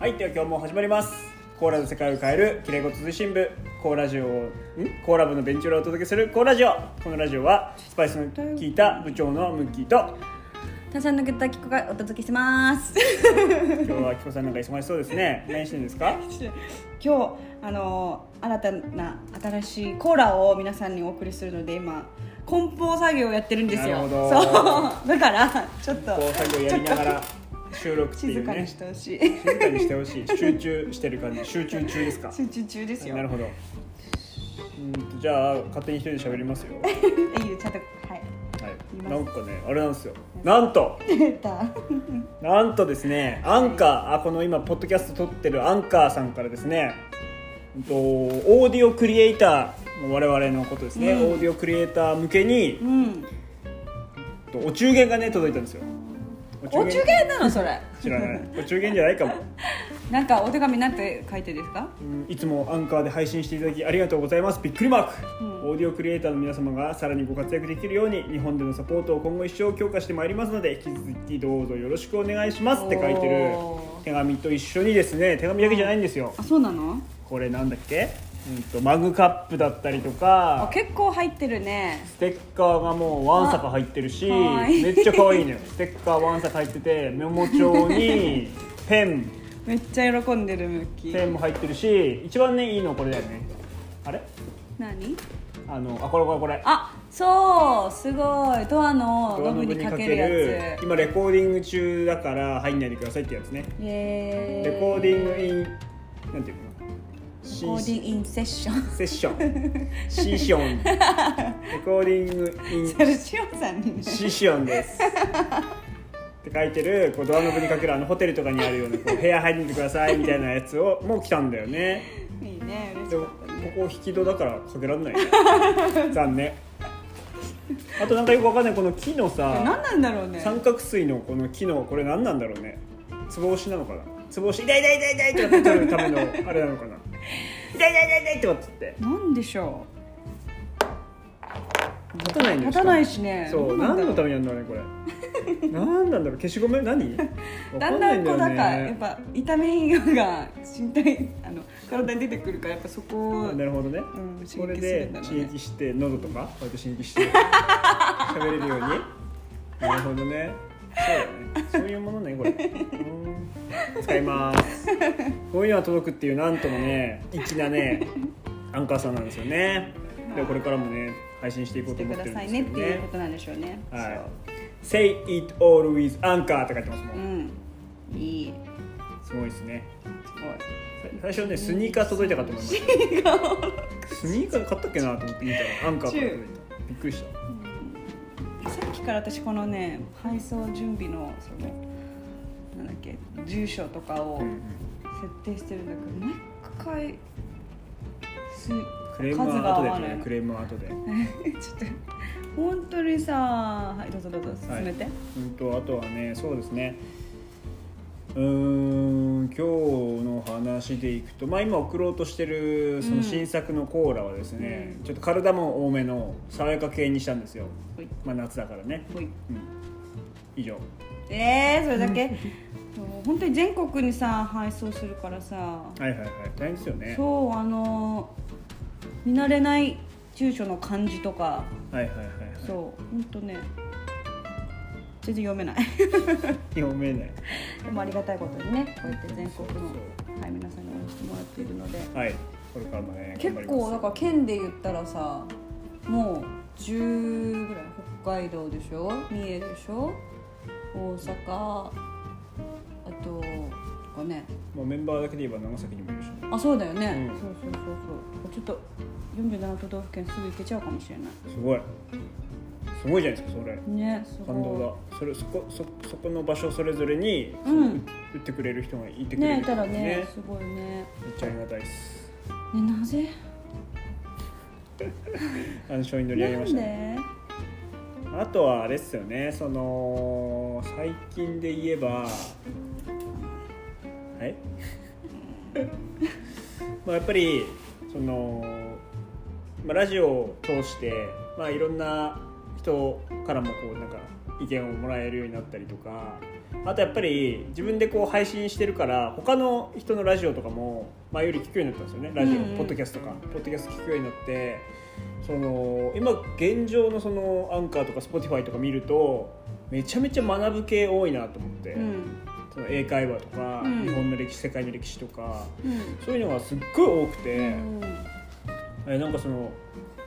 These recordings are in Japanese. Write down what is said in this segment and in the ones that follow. はい、では今日も始まります。コーラの世界を変えるきれいごと通信部コーラジオんコーラ部のベンチュラをお届けするコーラジオ。このラジオはスパイスの効いた部長のムッキーと他社のグッドキコがお届けします。今日はきこさんなんか忙しそうですね。何してるんですか？ 今日あの新たな新しいコーラを皆さんにお送りするので今梱包作業をやってるんですよ。なるほどそう だからちょっとこう作業やりながら収録ってい静うかにね。してほしい。静かにしてほしい。集中してる感じ。集中中ですか？集中中ですよ。なるほど。うんとじゃあ勝手に一人で喋りますよ。いいよちゃんとはい。はい。いますなんかねあれなんですよ。なんと。出た。なんとですね、アンカー、あこの今、ポッドキャスト撮ってるアンカーさんからですね、うんとオーディオクリエイター、我々のことですね、うんオーディオクリエイター向けにう、ん。うんとお中元がね、届いたんですよ。おお中元なのそれ。知らない。お中元じゃないかも。なんかお手紙なんて書いてですか？うんいつもアンカーで配信していただきありがとうございます。びっくりマーク、うんオーディオクリエイターの皆様がさらにご活躍できるように、日本でのサポートを今後一生強化してまいりますので、引き続きどうぞよろしくお願いしますって書いてるおー手紙と一緒にですね、手紙だけじゃないんですよ。あそうなの？これなんだっけ、うん、とマグカップだったりとあか結構入ってるね。ステッカーがもうワンサカ入ってるしあはいめっちゃ可愛いのよステッカーワンサカ入っててメモ帳 にペンめっちゃ喜んでるムッキペー。ンも入ってるし一番ねいいのこれだよねあれ何？あのあこれこれこれあそうすごいドアのノブにかけるやつ今レコーディング中だから入んないでくださいってやつねイエーイレコーディングインなんていうのレコーディングインセッションセッションシーショ ンレコーディングインそれしおんさ んにねシシオンです。って書いてるこうドアノブにかけるあのホテルとかにあるようなこう部屋入っててくださいみたいなやつをもう来たんだよねいいね嬉しでもかこったねこ引き戸だからかけられないね残念あとなんかよくわかんないこの木のこれさ何なんだろうね三角錐のこの木のこれ何なんだろうねつぼ押しなのかなつぼ押し痛い痛い痛い痛いってやって取るためのあれなのかな痛い痛い痛い痛いってやってなんでしょう立たないのよ立たないしねそうなんだ何ろのためにやるんだろうねこれ 何なんだろう消しゴム何 だんだんこうわかなんんないんかやっだよねぱ痛みが身体あの体に出てくるからやっぱそこをなるほどね、ん刺激すこるんれだろうねで刺激して喉とかこうやって刺激して 喋れるようになるほどねそうだねそういうものねこれうん使いますこういうのが届くっていうなんともね粋なねアンカーさんなんですよねでもこれからもね配信していこうしとて思くってだるんさでいすけねっどていねうことなんでしょうねはい「Say it all with anchor」って書いてますもそうんうんいいすごいですねすごい最初ねスニーカー届いたかと思いましたスニーカー買ったっけなと思って見たらアンカーから届いたびっくりしたさっきから私このね配送準備のそのなんだっけ住所とかをうん設定してるんだけど毎回すちょクレーム数はが合後わでないねクレームは後で っと本当にさはいどうぞどうぞ進めて、はい、うんとあとはねそうですねうーん今日の話でいくと、まあ、今送ろうとしてるその新作のコーラはですね、うんちょっと体も多めの爽やか系にしたんですよ、ほいまあ、夏だからね、ほいうん、以上えー、それ だけもう本当に全国にさ配送するからさ、はいはいはい大変ですよねそうあの見慣れない住所の漢字とかはいはいはいはいそう本当ね全然読めない読めない でもありがたいことにねこうやって全国のそう、はい、皆さんに応援してもらっているのではいこれからもね頑張結ります構だから県で言ったらさもう10ぐらい北海道でしょ三重でしょ大阪あととかねもうメンバーだけで言えば長崎にもいるしあそうだよね、うんそうそうそうそうちょっと47都道府県すぐ行けちゃうかもしれないすごいすごいじゃないですかそれねすごい感動だそれそこそそこの場所それぞれに、うん打ってくれる人がいてくれるねいってたいうのはらねねすごいねねめっちゃありがたいですなぜ暗礁に乗り上げなましんた、ね、であとはあれですよねその最近で言えばはい まあやっぱりその、まあ、ラジオを通して、まあ、いろんな人からもこうなんか意見をもらえるようになったりとかあとやっぱり自分でこう配信してるから他の人のラジオとかも前より聞くようになったんですよねラジオ、うんうんポッドキャストとかポッドキャスト聞くようになってその今現状のそのアンカーとか Spotify とか見るとめちゃめちゃ学ぶ系多いなと思って、うんその英会話とか、うん日本の歴史世界の歴史とかうんそういうのがすっごい多くて。うんえなんかその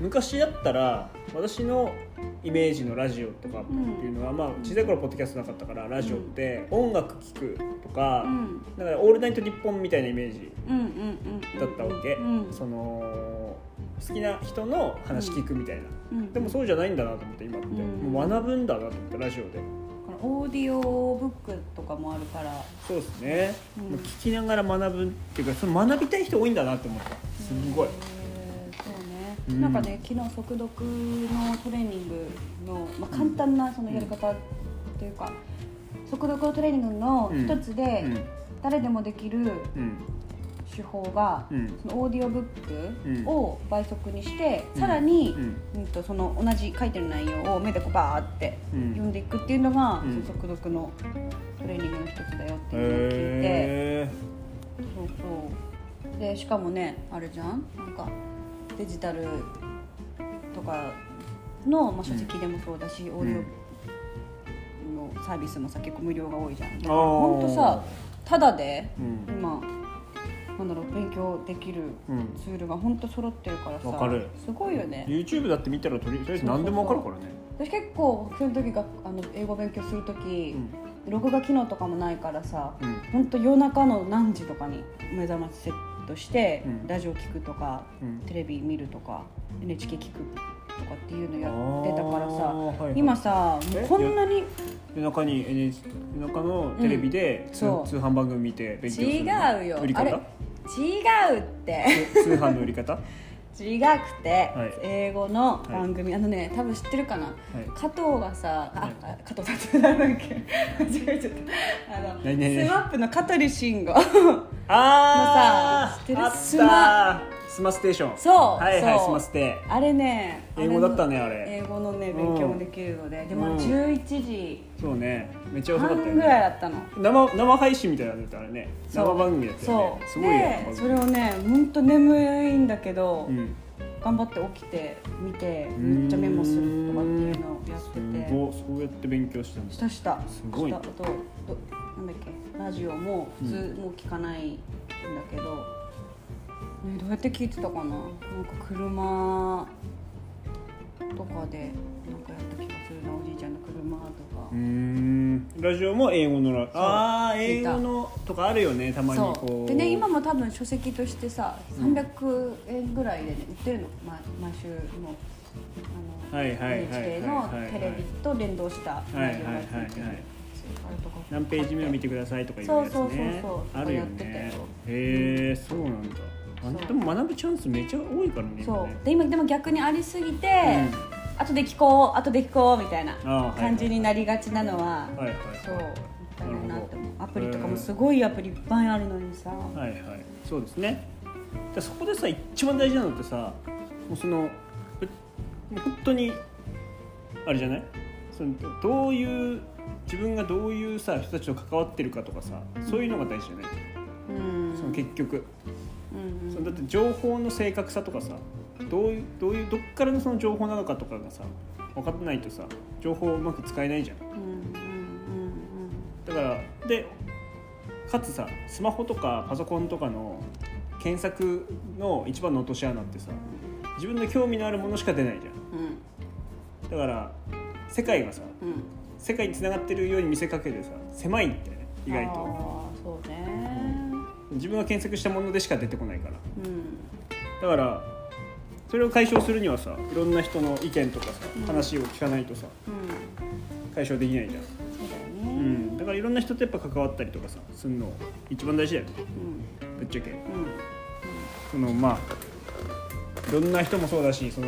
昔だったら私のイメージのラジオとかっていうのは、まあ小さい頃ポッドキャストなかったからラジオって音楽聴くとかう、んだから「オールナイトニッポン」みたいなイメージうんうんうんだったわけ、うんその好きな人の話聞くみたいな、うんでもそうじゃないんだなと思って今って、うんもう学ぶんだなと思ってラジオでこのオーディオブックとかもあるからそうですね、うんもう聞きながら学ぶっていうかその学びたい人多いんだなって思ったすごい、えーそうね、うんなんかね昨日速読のトレーニングの、まあ、簡単なそのやり方というか、速読トレーニングの一つでうん誰でもできるうん手法が、うんそのオーディオブうッんクを倍速にして、うんさらにう、んうんとその同じ書いてる内容を目でこうバーってうん読んでいくっていうのが、うんその速読のトレーニングの一つだよっていうのを聞いて。へーそうそうでしかもねあれじゃんなんかデジタルとかの、まあ、書籍でもそうだし、オーディオのサービスもさ結構無料が多いじゃんだからあーほんとさただでうん今なんだろう勉強できるうんツールがほんと揃ってるからさわかるすごいよね YouTube だって見たらとりとりあえず何でも分かるからね私結構その時があの英語勉強する時、録画機能とかもないからさ、うんほんと夜中の何時とかに目覚ましセットして、うんラジオ聞くとか、うんテレビ見るとか NHK 聞くとかっていうのあやーってたからさ、はいはい今さもうえこんなに夜中に NHK 夜中のテレビでうん通,、そう通販番組見て勉強する違うよ売りあれ方違 うって通通販の売り方は違くて、はい英語の番組、あのね多分知ってるかな、い加藤がさあ、はいあ加藤さんって誰だっけ間違えちゃったあの何何何スマップの香取慎 吾あーもうさ知ってるあったスマスマステーションそうはいはいそうスマステあれね英語だったねああれれの英語のね勉強もできるので、でもあれうん11時そうねめっちゃ遅かったよ半ぐらいねだったの、生生配信みたいなのやってたらねそう生番組やってたよそねうすごいよねでそれをね本当眠いんだけど、うん頑張って起きて見てめっちゃメモするとかっていうのをやってすてごいそうやって勉強してたんでしすたしたすごいしたあとどなんだっけラジオも普通もう聞かないんだけど、ね、どうやって聞いてたかななんか車とかでなんかやった気がするなおじいちゃんの車とかうー、んラジオも英語のラああ聞英いた語のとかあるよねたまにそこううでね今も多分書籍としてさうん300円ぐらいでね売ってるの毎毎週もあのはいはいはいはいはい NHK のテレビと連動したはいはい内容はいがついてるはいあれとか何ページ目を見てくださいとかいうやつねそうそうそうそうあるよやってたよねへえそうなんだあそうでも学ぶチャンスめっちゃ多いからね今そねうで今でも逆にありすぎて、う後で聞こう後で聞こうみたいなあはいはい感じになりがちなのは、はいはいそうもったいないなって思うなるほどアプリとかもすごいアプリいっぱいあるのにさ、はいはいそうですねだそこでさ一番大事なのってさもうそのぶもう本当にあれじゃないそのどういう自分がどういうさ人たちと関わってるかとかさそういうのが大事じゃない、うんその結局うんそのだって情報の正確さとかさどういうどういうどっからのその情報なのかとかがさ分かってないとさ情報をうまく使えないじゃんうんうんうんだからでかつさスマホとかパソコンとかの検索の一番の落とし穴ってさ自分の興味のあるものしか出ないじゃんうんうんだから世界がさうん世界に繋がってるように見せかけてさ狭いんだよね意外あとーそうね自分が検索したものでしか出てこないからうんだからそれを解消するにはさいろんな人の意見とかさ話を聞かないとさうん解消できないじゃん、そうだよねう、ん、だからいろんな人とやっぱ関わったりとかさすんの一番大事だよねうんぶっちゃけうんそのまあいろんな人もそうだしその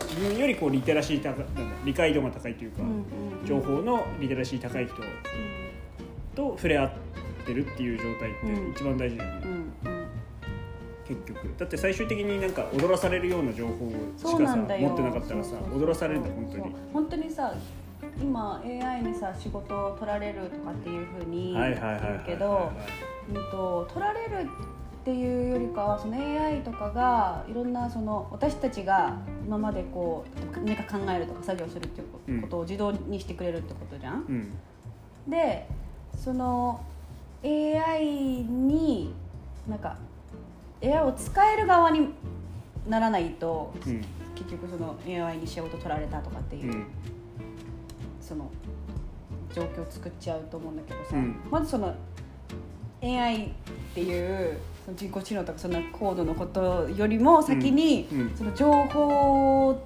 自分よりこうリテラシー高いなんだ理解度が高いというか、うんうん情報のリテラシー高い人と触れ合ってるっていう状態うっんて一番大事だよね、うんうん結局だって最終的になんか踊らされるような情報しそうかなさんだよ持ってなかったらさそうそうそう踊らされるんだよ本当そうに本当にさ今 AI にさ仕事を取られるとかっていうふうにはいはいはいはい言うけはいどうんと取られるっていうよりかはその AI とかがいろんなその私たちが今までこう何か考えるとか作業するっていうことを自動にしてくれるってことじゃん。うんでその AI になんか AI を使える側にならないとうん結局その AI に仕事取られたとかっていうう、んその状況を作っちゃうと思うんだけどさ、うんまずその AI っていうその人工知能とかそんな高度のことよりも先に、うんうんその情報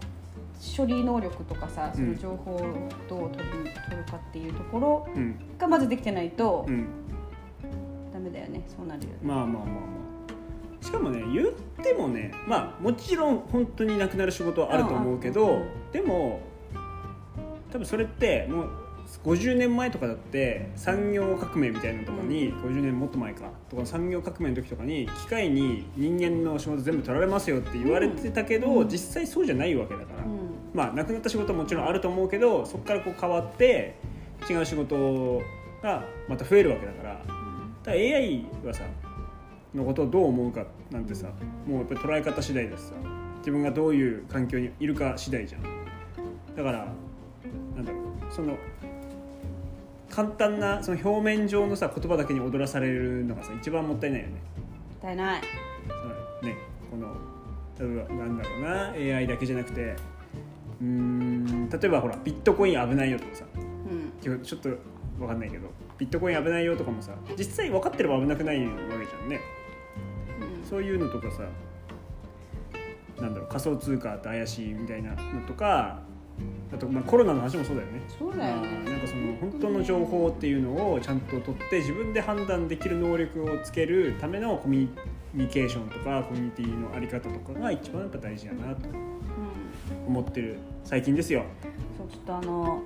処理能力とかさうそんの情報をどう取る取るかっていうところうんがまずできてないとうんダメだよねそうなるよね。まあまあまあまあしかもね言ってもねまあもちろん本当になくなる仕事はあると思うけど、うんうんでも多分それってもう50年前とかだって産業革命みたいなのとかに、50年もっと前かとか産業革命の時とかに機械に人間の仕事全部取られますよって言われてたけど、うん実際そうじゃないわけだから、うんまあなくなった仕事はもちろんあると思うけどそこからこう変わって違う仕事がまた増えるわけだからただ AI はさのことをどう思うかなんてさもうやっぱり捉え方次第だしさ自分がどういう環境にいるか次第じゃんだからなんだろうその簡単なその表面上のさ言葉だけに踊らされるのがさ一番もったいないよね絶えないそのねこの例えばなんだろうな AI だけじゃなくてうーん例えばほらビットコイン危ないよとかさうん今日ちょっと分かんないけどビットコイン危ないよとかもさ実際分かってれば危なくないわけじゃんねうんそういうのとかさなんだろう仮想通貨って怪しいみたいなのとかあと、まあ、コロナの話もそうだよねそうだよねまあなんかその本当の情報っていうのをちゃんと取って自分で判断できる能力をつけるためのコミュニケーションとかコミュニティのあり方とかが一番やっぱ大事だなとうん思ってる最近ですよそうちょっとあの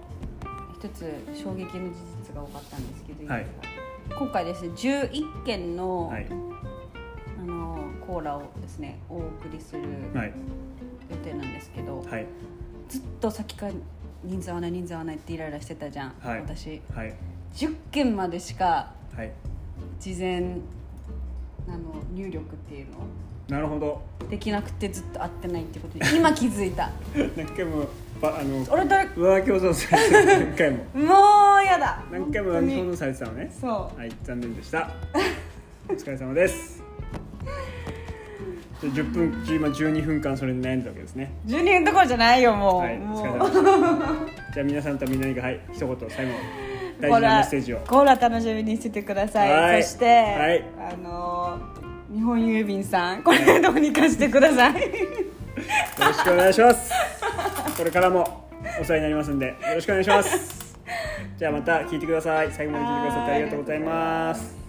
一つ衝撃の事実が多かったんですけど、はいいいですか今回ですね11件の,、はいあのコーラをですねお送りするはい予定なんですけど、はいずっとさっきから人数合わない人数合わないってイライラしてたじゃん、はい私はい10件までしかはい事前あの入力っていうのなるほど できなくてずっと合ってないってことに今気づいた何回もばあの俺だ上競争されてた何回 ももうやだ何回も本上当競争にされてたのねそうはい、残念で した。お疲れ様です。じゃあ10分、今12分間それに悩んでたわけですね。 12分どころじゃないよもう,、はい、おもう疲れ様でした。じゃあ皆さんとみんなにはい、一言最後大事なメッセージを。コーラコーラ楽しみにしててくださいはいそして、はいあのー日本郵便さんこれどうにかしてくださいよろしくお願いします。これからもお世話になりますんでよろしくお願いします。じゃあまた聞いてください。最後まで聞いてくださってありがとうございます。